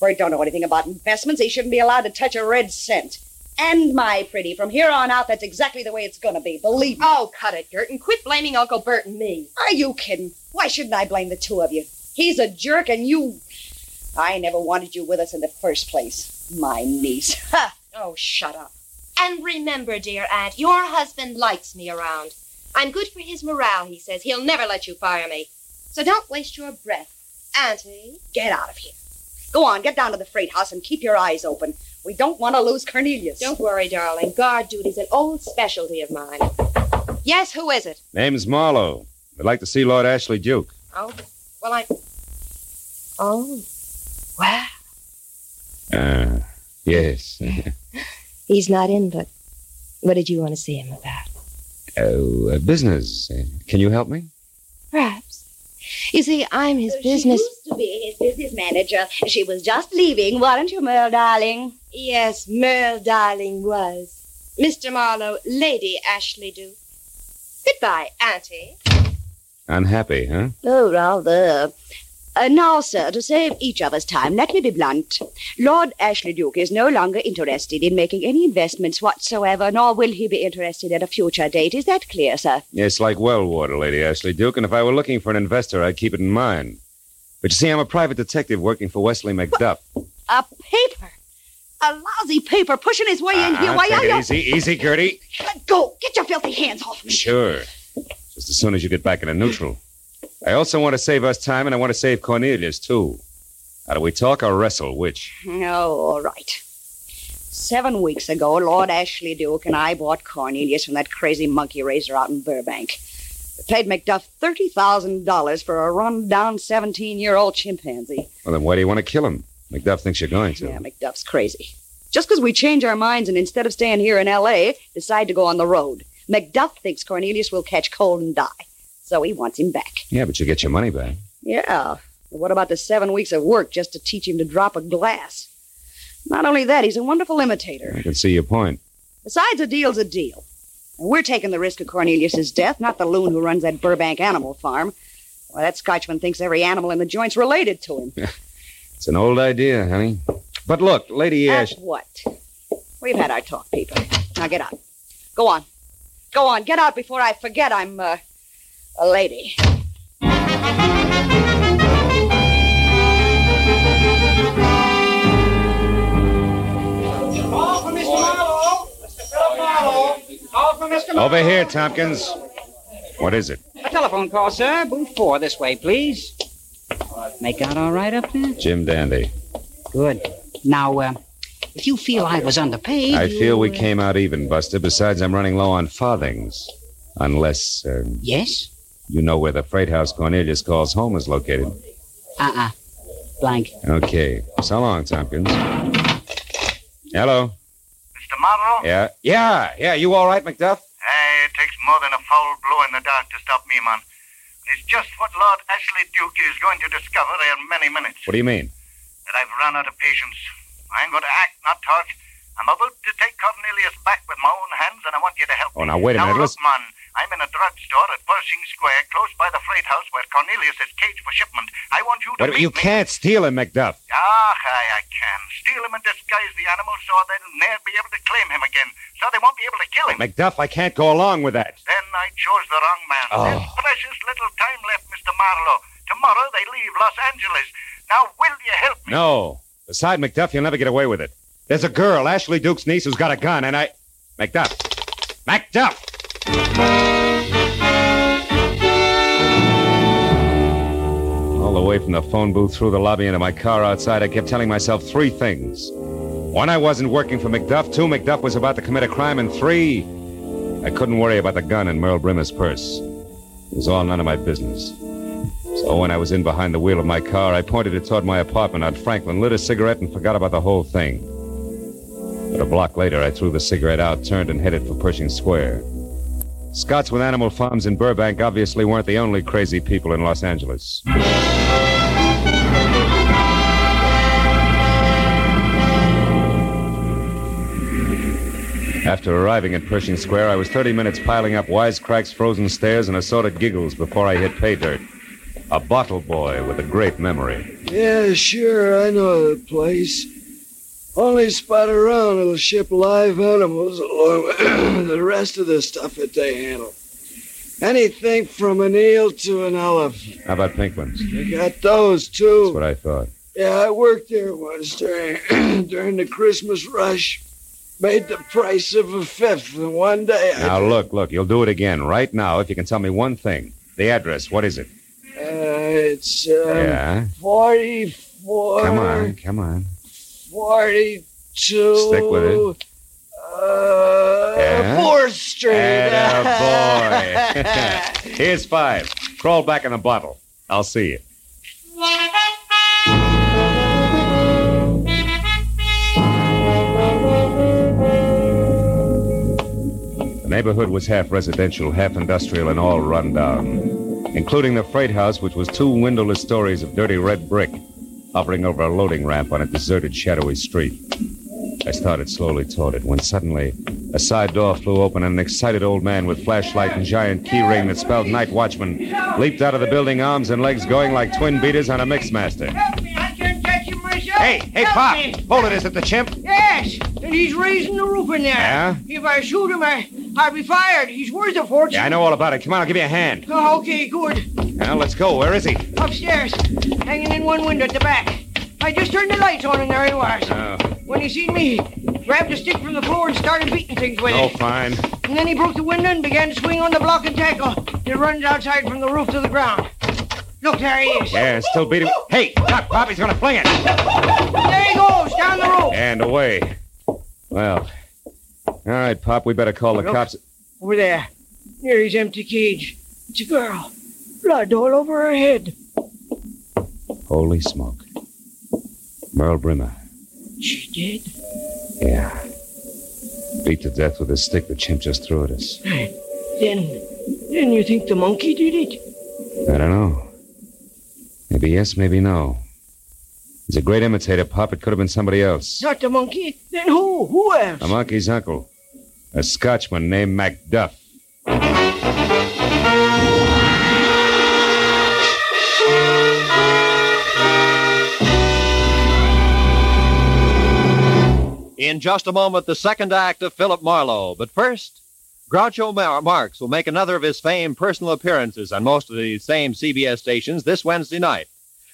Bert don't know anything about investments. He shouldn't be allowed to touch a red cent. and my pretty. From here on out, that's exactly the way it's gonna be. Believe me. Oh, cut it, Gert, and quit blaming Uncle Bert and me. Are you kidding? Why shouldn't I blame the two of you? He's a jerk, and you. I never wanted you with us in the first place. My niece. Ha! Oh, shut up. And remember, dear Aunt, your husband likes me around. I'm good for his morale, he says. He'll never let you fire me. So don't waste your breath. Auntie, Get out of here. Go on, get down to the freight house and keep your eyes open. We don't want to lose Cornelius. don't worry, darling. Guard duty's an old specialty of mine. Yes, who is it? Name's Marlowe. I'd like to see Lord Ashley Duke. Oh, well, I. Oh, wow. Uh, yes. He's not in, but what did you want to see him about? oh, uh, business. Uh, Can you help me? Perhaps. You see, I'm his business. to be his business manager. She was just leaving, weren't you, Merle, darling? Yes, Merle, darling, was. Mr. Marlowe, Lady Ashley Duke. Goodbye, Auntie. Unhappy, huh? Oh, rather. Uh, now, sir, to save each of us time, let me be blunt. Lord Ashley Duke is no longer interested in making any investments whatsoever, nor will he be interested at a future date. Is that clear, sir? It's like well water, Lady Ashley Duke, and if I were looking for an investor, I'd keep it in mind. But you see, I'm a private detective working for Wesley McDuff. A paper. A lousy paper pushing his way in here. Ah, Why take are it you? easy, easy, Gertie. Let go. Get your filthy hands off me. Sure. Just as soon as you get back into neutral. I also want to save us time, and I want to save Cornelius, too. How do we talk or wrestle? Which? Oh, all right. Seven weeks ago, Lord Ashley Duke and I bought Cornelius from that crazy monkey raiser out in Burbank. We paid Macduff $30,000 for a run-down 17-year-old chimpanzee. Well, then why do you want to kill him? McDuff thinks you're going to. Yeah, Macduff's crazy. Just because we change our minds and instead of staying here in L.A., decide to go on the road. Macduff thinks Cornelius will catch cold and die, so he wants him back. Yeah, but you get your money back. Yeah. What about the seven weeks of work just to teach him to drop a glass? Not only that, he's a wonderful imitator. I can see your point. Besides, a deal's a deal. And we're taking the risk of Cornelius's death, not the loon who runs that Burbank animal farm. Why, that Scotchman thinks every animal in the joint's related to him. It's an old idea, honey. But look, Lady Ash. That's what? We've had our talk, people. Now get out. Go on. Go on. Get out before I forget I'm uh, a lady. Call for Mr. Marlowe. Mr. Philip Marlowe. Call for Mr. Over here, Tompkins. What is it? A telephone call, sir. Booth four, this way, please. Make out all right up there? Jim Dandy. Good. Now, uh, if you feel I was underpaid, I you- uh, feel we came out even, Buster. Besides, I'm running low on farthings. Unless. Uh, Yes? You know where the freight house Cornelius calls home is located. Uh-uh. Blank. Okay. So long, Tompkins. Hello. Mr. Monroe? Yeah. Yeah. Yeah. You all right, McDuff? Hey, Eh, it takes more than a foul blow in the dark to stop me, man. It's just what Lord Ashley Duke is going to discover in many minutes. What do you mean? That I've run out of patience. I ain't going to act, not talk. I'm about to take Cornelius back with my own hands, and I want you to help Oh, now, wait a now, minute, Look, listen- man, I'm in a drugstore at Pershing Square, close by the freight house where Cornelius is caged for shipment. I want you to What, meet you me. can't steal him, McDuff. Ah, I, I can. Steal him and disguise the animal so they'll never be able to claim him again. So they won't be able to kill him. McDuff, I can't go along with that. Then I chose the wrong man. Oh. There's precious little time left, Mr. Marlowe. Tomorrow they leave Los Angeles. Now, will you help? No. Beside McDuff, you'll never get away with it. There's a girl, Ashley Duke's niece, who's got a gun, and I. McDuff. McDuff! All the way from the phone booth through the lobby into my car outside, I kept telling myself three things. One, I wasn't working for McDuff. Two, McDuff was about to commit a crime. And three, I couldn't worry about the gun in Merle Brimmer's purse. It was all none of my business. So when I was in behind the wheel of my car, I pointed it toward my apartment on Franklin, lit a cigarette, and forgot about the whole thing. But a block later, I threw the cigarette out, turned, and headed for Pershing Square. Scots with animal farms in Burbank obviously weren't the only crazy people in Los Angeles. After arriving at Pershing Square, I was 30 minutes piling up wisecracks, frozen stares, and assorted giggles before I hit pay dirt. A bottle boy with a great memory. Yeah, sure, I know the place. Only spot around it'll ship live animals along with the rest of the stuff that they handle. Anything from an eel to an elephant. How about pink ones? They got those too. That's what I thought. Yeah, I worked there once during during the Christmas rush. Made the price of a fifth in one day. I- Now, look, look, you'll do it again right now if you can tell me one thing. The address, what is it? Uh, it's um, Yeah. 44. Come on, come on. 42. Stick with it. Eh? Uh, Yeah? 4th Street. Attaboy. Here's five. Crawl back in the bottle. I'll see you. The neighborhood was half residential, half industrial, and all run down, including the freight house, which was two windowless stories of dirty red brick hovering over a loading ramp on a deserted, shadowy street. I started slowly toward it when suddenly a side door flew open and an excited old man with flashlight and giant key ring that spelled night watchman leaped out of the building, arms and legs going like twin beaters on a mixmaster. Hey, hey, Pop! Hold it, is it the chimp? Yes, and he's raising the roof in there. Yeah? If I shoot him, I, I'll be fired. He's worth a fortune. Yeah, I know all about it. Come on, I'll give you a hand. Oh, okay, good. Now, let's go. Where is he? Upstairs, hanging in one window at the back. I just turned the lights on, and there he was. Oh, When he seen me, he grabbed a stick from the floor and started beating things with oh it. fine. And then he broke the window and began to swing on the block and tackle that runs outside from the roof to the ground. Look, there he is. Yeah, still beating. Hey, Doc, Bobby's gonna fling it. There he goes, down the rope. And away. Well, all right, Pop, we better call the Look. cops. Over there, near his empty cage. It's a girl. Blood all over her head. Holy smoke. Merle Brimmer. She did. Yeah. Beat to death with a stick the chimp just threw at us. Then, then you think the monkey did it? I don't know. Maybe yes, maybe no. He's a great imitator, Pop. It could have been somebody else. Not the monkey. Then who? Who else? A monkey's uncle. A Scotchman named Macduff. In just a moment, the second act of Philip Marlowe. But first, Groucho Mar- Marx will make another of his famed personal appearances on most of the same CBS stations this Wednesday night.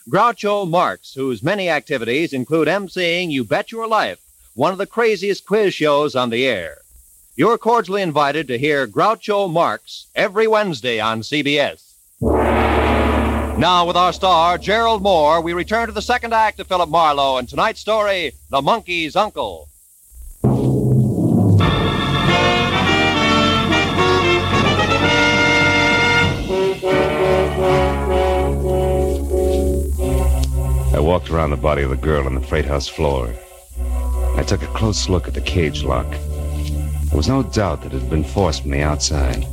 Groucho Marx, whose many activities include emceeing You Bet Your Life, one of the craziest quiz shows on the air. You're cordially invited to hear Groucho Marx every Wednesday on CBS. Now, with our star, Gerald Moore, we return to the second act of Philip Marlowe and tonight's story The Monkey's Uncle. I walked around the body of the girl on the freight house floor. I took a close look at the cage lock. There was no doubt that it had been forced from the outside.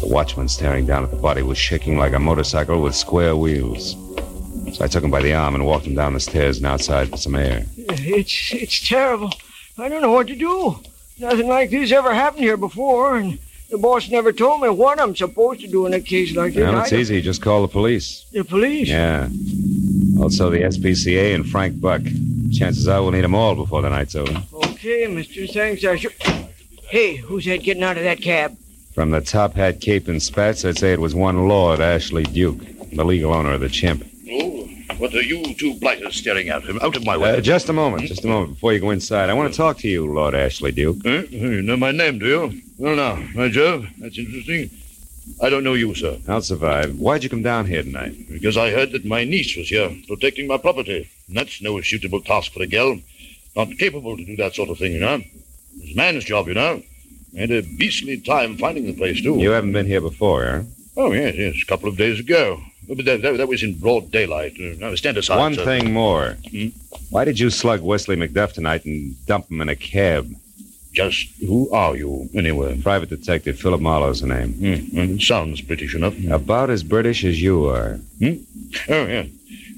The watchman staring down at the body was shaking like a motorcycle with square wheels. So I took him by the arm and walked him down the stairs and outside for some air. It's it's terrible. I don't know what to do. Nothing like this ever happened here before, and the boss never told me what I'm supposed to do in a case like this. Well, it's I- easy. Just call the police. The police. Yeah. Also, the SPCA and Frank Buck. Chances are we'll need them all before the night's over. Okay, Mister. Thanks. I should. Hey, who's that getting out of that cab? From the top hat, cape, and spats, I'd say it was one Lord Ashley Duke, the legal owner of the chimp. Oh, what are you two blighters staring at him? Out of my way. Uh, just a moment, just a moment before you go inside. I want to talk to you, Lord Ashley Duke. Eh? You know my name, do you? Well, now, by Jove, that's interesting. I don't know you, sir. I'll survive. Why'd you come down here tonight? Because I heard that my niece was here, protecting my property. And that's no suitable task for a girl. Not capable to do that sort of thing, you know. It's a man's job, you know. I had a beastly time finding the place, too. You haven't been here before, eh? huh? Oh, yes, yes, a couple of days ago. But that, that, that was in broad daylight. Uh, Now, stand aside, One sir. thing more. Hmm? Why did you slug Wesley McDuff tonight and dump him in a cab? Just who are you, anyway? Hmm, Private detective Philip Marlowe's the name. sounds British enough. About as British as you are. Oh, yeah.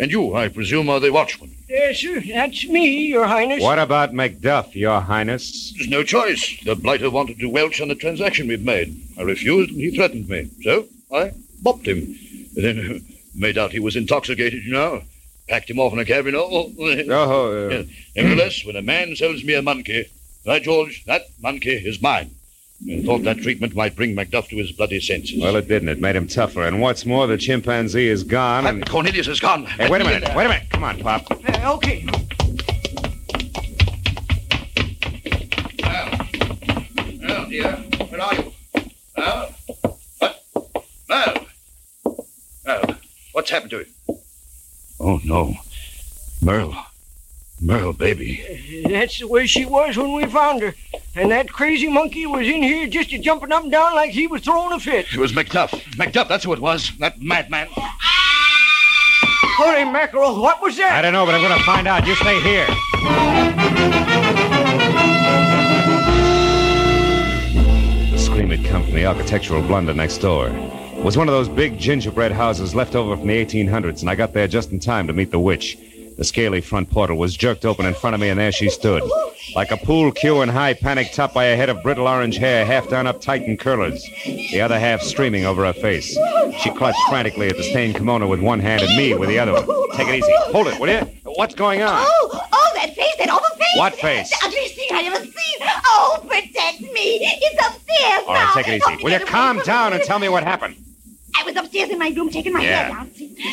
And you, I presume, are the watchman. Yes, sir. That's me, Your Highness. What about Macduff, Your Highness? There's no choice. The blighter wanted to welch on the transaction we'd made. I refused, and he threatened me. So I bopped him. Then made out he was intoxicated, you know. Packed him off in a cab, you know. Oh, yeah. Nevertheless, when a man sells me a monkey, why, George, that monkey is mine. I thought that treatment might bring Macduff to his bloody senses. Well, it didn't. It made him tougher. And what's more, the chimpanzee is gone. And Cornelius is gone. Hey, wait a minute. Wait a minute. Come on, Pop. okay. Well, dear, where are you? Well, what? Merle! Merle, what's happened to him? Oh, no. Merle. Merle, baby. That's the way she was when we found her. And that crazy monkey was in here just a jumping up and down like he was throwing a fit. It was Macduff. Macduff, that's who it was. That madman. Holy mackerel, what was that? I don't know, but I'm going to find out. You stay here. The scream had come from the architectural blunder next door. It was one of those big gingerbread houses left over from the 1800s, and I got there just in time to meet the witch. The scaly front portal was jerked open in front of me, and there she stood. Like a pool cue in high panic, topped by a head of brittle orange hair, half done up tight in curlers, the other half streaming over her face. She clutched frantically at the stained kimono with one hand and me with the other one. Take it easy. Hold it, will you? What's going on? Oh, oh, that face, that awful face. What face? The ugliest thing I ever seen. Oh, protect me. It's upstairs All now. right, take it easy. Will you calm down and tell me what happened? I was upstairs in my room taking my Yeah. hair down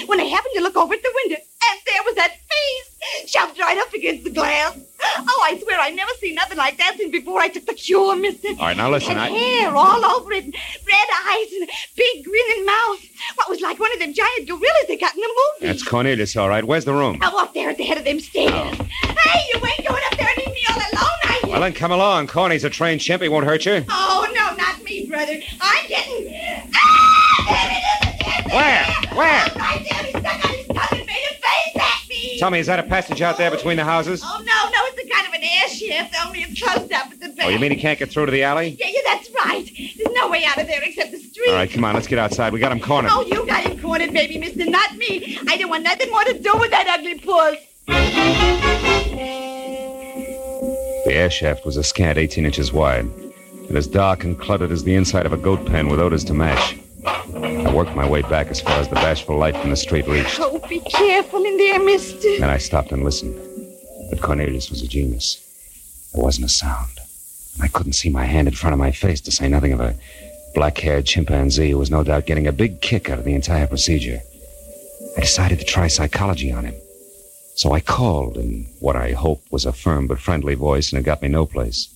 when I happened to look over at the window, and there was that face shoved right up against the glass. Oh, I swear I never seen nothing like that since before I took the cure, mister. All right, now listen, Had I- hair all over it, and red eyes, and big grinning mouth. What was like one of them giant gorillas they got in the movie. That's Cornelius, all right. Where's the room? I'm up there at the head of them stairs. Oh. Hey, you ain't going up there and leave me all alone, are you? Well, then come along. Corny's a trained chimp. He won't hurt you. Oh, no, not me, brother. I'm getting... Ah! Where? Where? Right there, he's stuck on his tongue and made a face at me. Tell me, is that a passage out there between the houses? Oh, no, no, it's a kind of an air shaft, only it's closed up at the back. Oh, you mean he can't get through to the alley? Yeah, yeah, that's right. There's no way out of there except the street. All right, come on, let's get outside. We got him cornered. Oh, you got him cornered, baby, mister, not me. I didn't want nothing more to do with that ugly puss. The air shaft was a scant 18 inches wide, and as dark and cluttered as the inside of a goat pen with odors to match. I worked my way back as far as the bashful light from the street reached. Oh, be careful in there, mister. Then I stopped and listened. But Cornelius was a genius. There wasn't a sound. And I couldn't see my hand in front of my face, to say nothing of a black haired chimpanzee who was no doubt getting a big kick out of the entire procedure. I decided to try psychology on him. So I called in what I hoped was a firm but friendly voice, and it got me no place.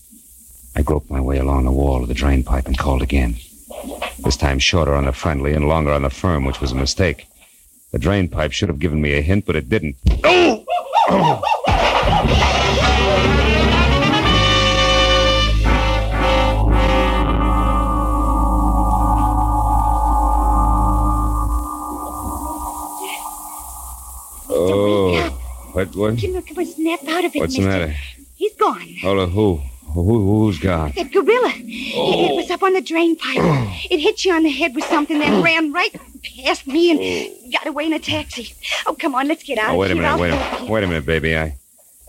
I groped my way along the wall of the drain pipe and called again. This time shorter on the friendly and longer on the firm, which was a mistake. The drain pipe should have given me a hint, but it didn't. Oh, what? What? Jim, look, I snapped out of it, What's the mister. matter? He's gone. Hold on, who? who? Who's gone? That gorilla. It, it was up on the drain pipe. Oh. it hit you on the head with something, then ran right past me and got away in a taxi. Oh, come on, let's get out Oh, of wait a here. minute, I'll wait a help minute, wait a minute, baby. I,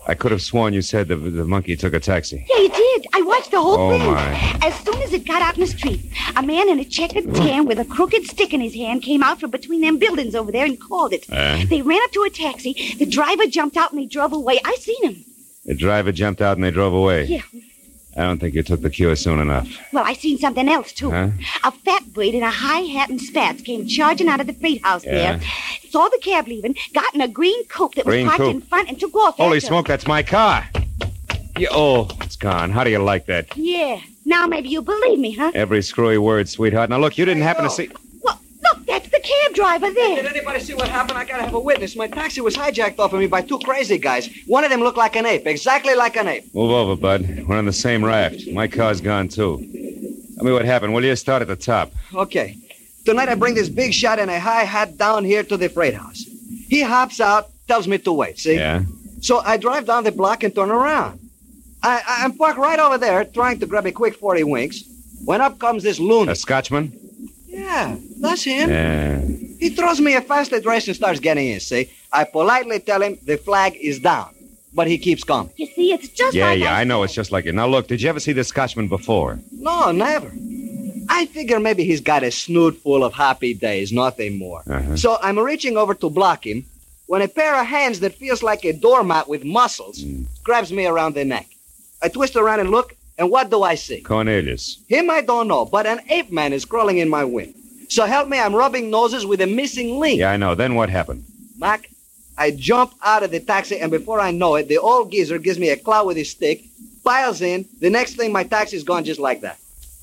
I could have sworn you said the the monkey took a taxi. you. Yeah, he did. I watched the whole Oh thing. my! As soon as it got out in the street, a man in a checkered tan with a crooked stick in his hand came out from between them buildings over there and called it. Uh? They ran up to a taxi. The driver jumped out and they drove away. I seen him. The driver jumped out and they drove away. Yeah. I don't think you took the cure soon enough. Well, I seen something else, too. Huh? A fat bird in a high hat and spats came charging out of the freight house Yeah. there, saw the cab leaving, got in a green coupe that Green was parked coupe. in front, and took off. Holy after. smoke! That's my car. Yeah. Oh, it's gone. How do you like that? Yeah. Now maybe you believe me, huh? Every screwy word, sweetheart. Now look, you didn't happen to see. Look, that's the cab driver there. Did anybody see what happened? I gotta have a witness. My taxi was hijacked off of me by two crazy guys. One of them looked like an ape, exactly like an ape. Move over, bud. We're on the same raft. My car's gone too. Tell me what happened. Will you start at the top? Okay. Tonight I bring this big shot in a high hat down here to the freight house. He hops out, tells me to wait, see? Yeah. So I drive down the block and turn around. I, I, I'm parked right over there, trying to grab a quick 40 winks, when up comes this loon. A Scotchman? Yeah, that's him. Yeah. He throws me a fast address and starts getting in, see? I politely tell him the flag is down, but he keeps coming. You see, it's just Yeah, yeah. I know. It's just like it. Now look, did you ever see this Scotchman before? No, never. I figure maybe Uh-huh. he's got a snoot full of happy days, nothing more. So I'm reaching over to block him when a pair of hands that feels like a doormat with muscles Mm. grabs me around the neck. I twist around and look, and what do I see? Cornelius. Him I don't know, but an ape man is crawling in my wing. So help me, I'm rubbing noses with a missing link. Yeah, I know. Oh, Then what happened? Mac, I jump out of the taxi, and before I know it, the old geezer gives me a clout with his stick, piles in. The next thing, my taxi's gone just like that.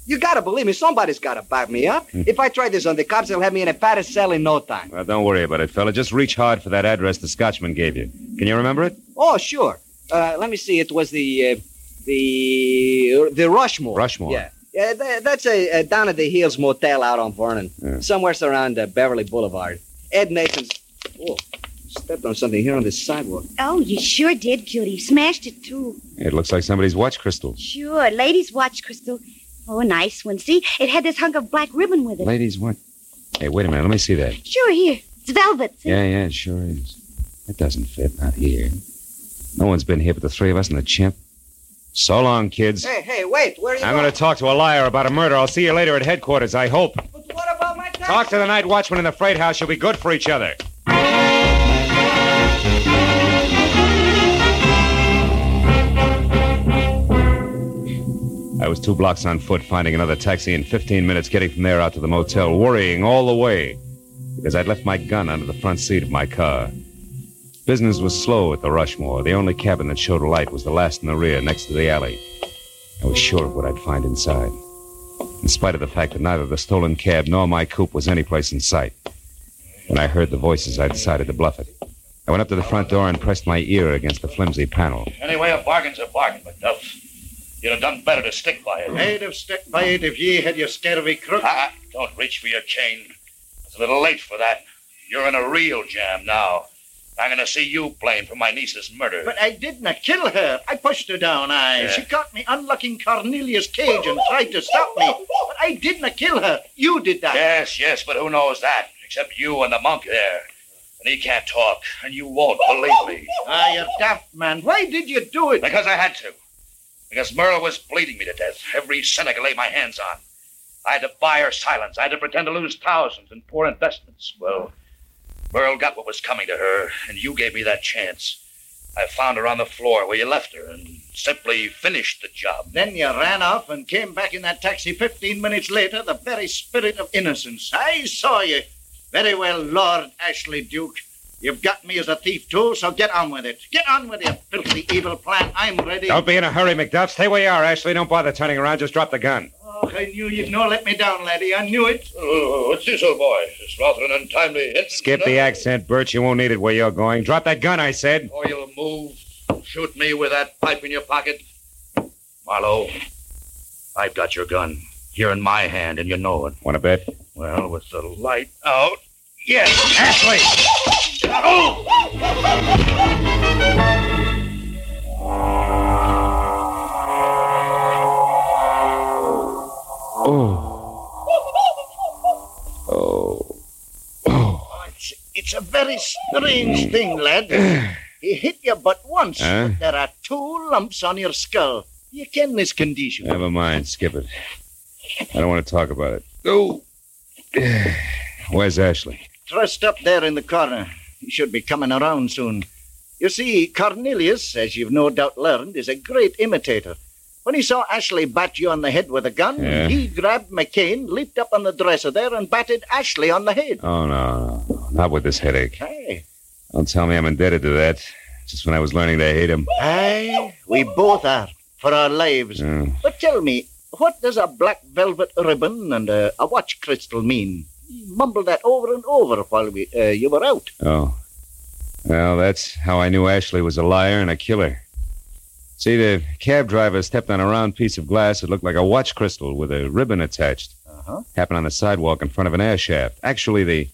You gotta believe me, somebody's gotta back me up. Hmm. if I try this on the cops, they'll have me in a padded cell in no time. Well, don't worry about it, fella. Just reach hard for that address the Scotchman gave you. Can you remember it? Oh, sure. Uh, let me see. It was the uh, the the Rushmore. Rushmore. Yeah. Yeah, tha- that's a, a down at the hills motel out on Vernon, somewhere around uh, Beverly Boulevard. Ed Mason's. Oh, stepped on something here on this sidewalk. Oh, you sure did, Cutie. Smashed it, too. It looks like somebody's watch crystal. Sure. Ladies watch, Crystal. Oh, a nice one. See, it had this hunk of black ribbon with it. Ladies, what? Hey, wait a minute. Let me see that. Sure, here. It's velvet. See? Yeah, yeah, it sure is. It doesn't fit. Not here. No one's been here but the three of us and the chimp. So long, kids. Hey, hey, wait. Where are you? I'm going to talk to a liar about a murder. I'll see you later at headquarters, I hope. But what about my Talk to the night watchman in the freight house. You'll be good for each other. I was two blocks on foot, finding another taxi in 15 minutes, getting from there out to the motel, worrying all the way because I'd left my gun under the front seat of my car. Business was slow at the Rushmore. The only cabin that showed a light was the last in the rear, next to the alley. I was sure of what I'd find inside, in spite of the fact that neither the stolen cab nor my coupe was anyplace in sight. When I heard the voices, I decided to bluff it. I went up to the front door and pressed my ear against the flimsy panel. Anyway, a bargain's a bargain, McDuff. You'd have done better to stick by it. I'd have stuck by it if ye had your scurvy crook. Ah, don't reach for your cane. It's a little late for that. You're in a real jam now. I'm going to see you blamed for my niece's murder. But I didn't kill her. I pushed her down, I. Yeah. She caught me unlocking Cornelius' cage and tried to stop me. But I didn't kill her. You did that. Yes, yes, but who knows that? Except you and the monk there. And he can't talk, and you won't believe me. Ah, you're daft, man. Why did you do it? Because I had to. Because Merle was bleeding me to death, every cent I could lay my hands on. I had to buy her silence. I had to pretend to lose thousands in poor investments. Well, Merle got what was coming to her, and you gave me that chance. I found her on the floor where you left her and simply finished the job. Then you ran off and came back in that taxi 15 minutes later, the very spirit of innocence. I saw you. Very well, Lord Ashley Duke. You've got me as a thief, too, so get on with it. Get on with your filthy evil plan. I'm ready. Don't be in a hurry, McDuff. Stay where you are, Ashley. Don't bother turning around. Just drop the gun. Oh, I knew you'd no let me down, laddie. I knew it. Oh, what's this, old boy? It's rather an untimely incident. Skip the accent, Bert. You won't need it where you're going. Drop that gun, I said. Or you'll move, shoot me with that pipe in your pocket. Marlowe, I've got your gun here in my hand, and you know it. Want a bet? Well, with the light out. Yes, Ashley! Oh! Oh. Oh. It's a very strange thing, lad. he hit you but once. Huh? but There are two lumps on your skull. You ken this condition. Never mind. Skip it. I don't want to talk about it. Go. Where's Ashley? Trust up there in the corner. He should be coming around soon. You see, Cornelius, as you've no doubt learned, is a great imitator. When he saw Ashley bat you on the head with a gun, Yeah. he grabbed McCain, leaped up on the dresser there, and batted Ashley on the head. Oh, no, no, no. Not with this headache. Hey. Don't tell me I'm indebted to that. Just when I was learning to hate him. Aye, we both are, for our lives. Yeah. But tell me, what does a black velvet ribbon and a, a watch crystal mean? He mumbled that over and over while we, uh, you were out. Oh. Well, that's how I knew Ashley was a liar and a killer. See, the cab driver stepped on a round piece of glass that looked like a watch crystal with a ribbon attached. Uh-huh. Happened on the sidewalk in front of an air shaft. Actually, the.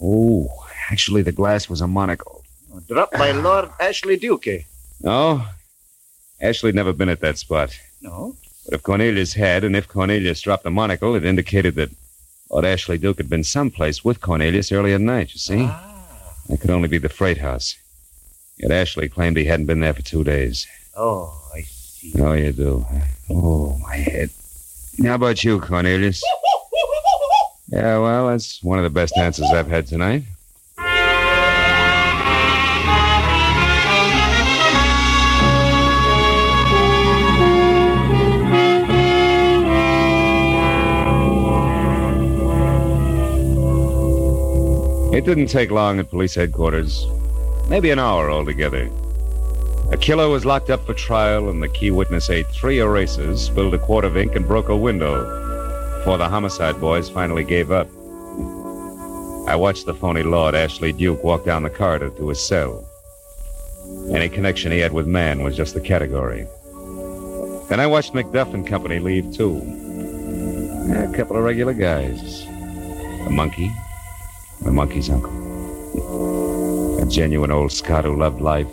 Oh, actually, the glass was a monocle. Dropped by Lord Ashley Duke. No? Ashley'd never been at that spot. No? But if Cornelius had, and if Cornelius dropped the monocle, it indicated that Lord Ashley Duke had been someplace with Cornelius early at night, you see? That could only be the freight house. Yet Ashley claimed he hadn't been there for two days. Oh, I Oh, you do. Oh, my head. How about you, Cornelius? Yeah, well, that's one of the best answers I've had tonight. didn't take long at police headquarters. Maybe an hour altogether. A killer was locked up for trial, and the key witness ate three erasers, spilled a quart of ink, and broke a window before the homicide boys finally gave up. I watched the phony Lord Ashley Duke walk down the corridor to his cell. Any connection he had with man was just a category. Then I watched McDuff and company leave, too. A couple of regular guys. A monkey, the monkey's uncle. A genuine old Scot who loved life,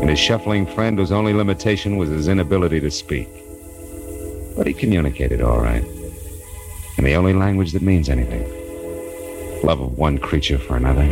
and his shuffling friend whose only limitation was his inability to speak. But he communicated all right, in the only language that means anything love of one creature for another.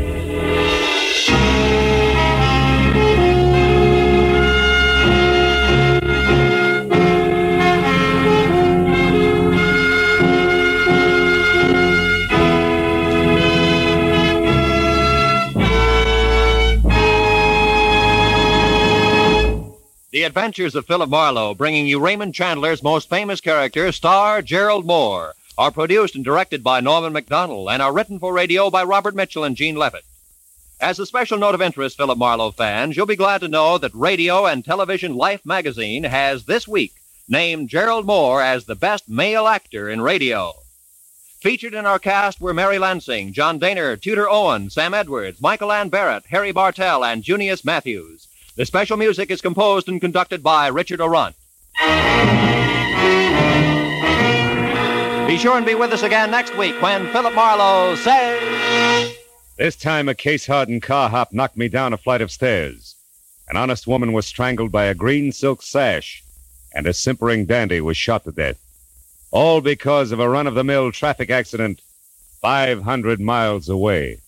The Adventures of Philip Marlowe, bringing you Raymond Chandler's most famous character, star Gerald Moore, are produced and directed by Norman MacDonald and are written for radio by Robert Mitchell and Gene Levitt. As a special note of interest, Philip Marlowe fans, you'll be glad to know that Radio and Television Life magazine has this week named Gerald Moore as the best male actor in radio. Featured in our cast were Mary Lansing, John Daner, Tudor Owen, Sam Edwards, Michael Ann Barrett, Harry Bartell, and Junius Matthews. The special music is composed and conducted by Richard Orant. Be sure and be with us again next week when Philip Marlowe says. This time, a case hardened car hop knocked me down a flight of stairs. An honest woman was strangled by a green silk sash, and a simpering dandy was shot to death. All because of a run of the mill traffic accident 500 miles away.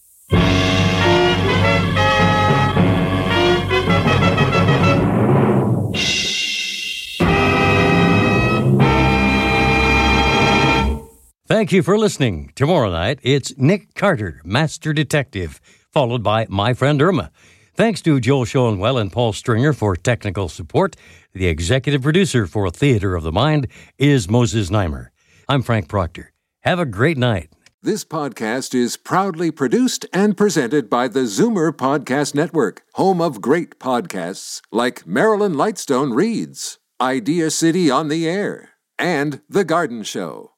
Thank you for listening. Tomorrow night, it's Nick Carter, Master Detective, followed by My Friend Irma. Thanks to Joel Schoenwell and Paul Stringer for technical support. The executive producer for Theater of the Mind is Moses Neimer. I'm Frank Proctor. Have a great night. This podcast is proudly produced and presented by the Zoomer Podcast Network, home of great podcasts like Marilyn Lightstone Reads, Idea City on the Air, and The Garden Show.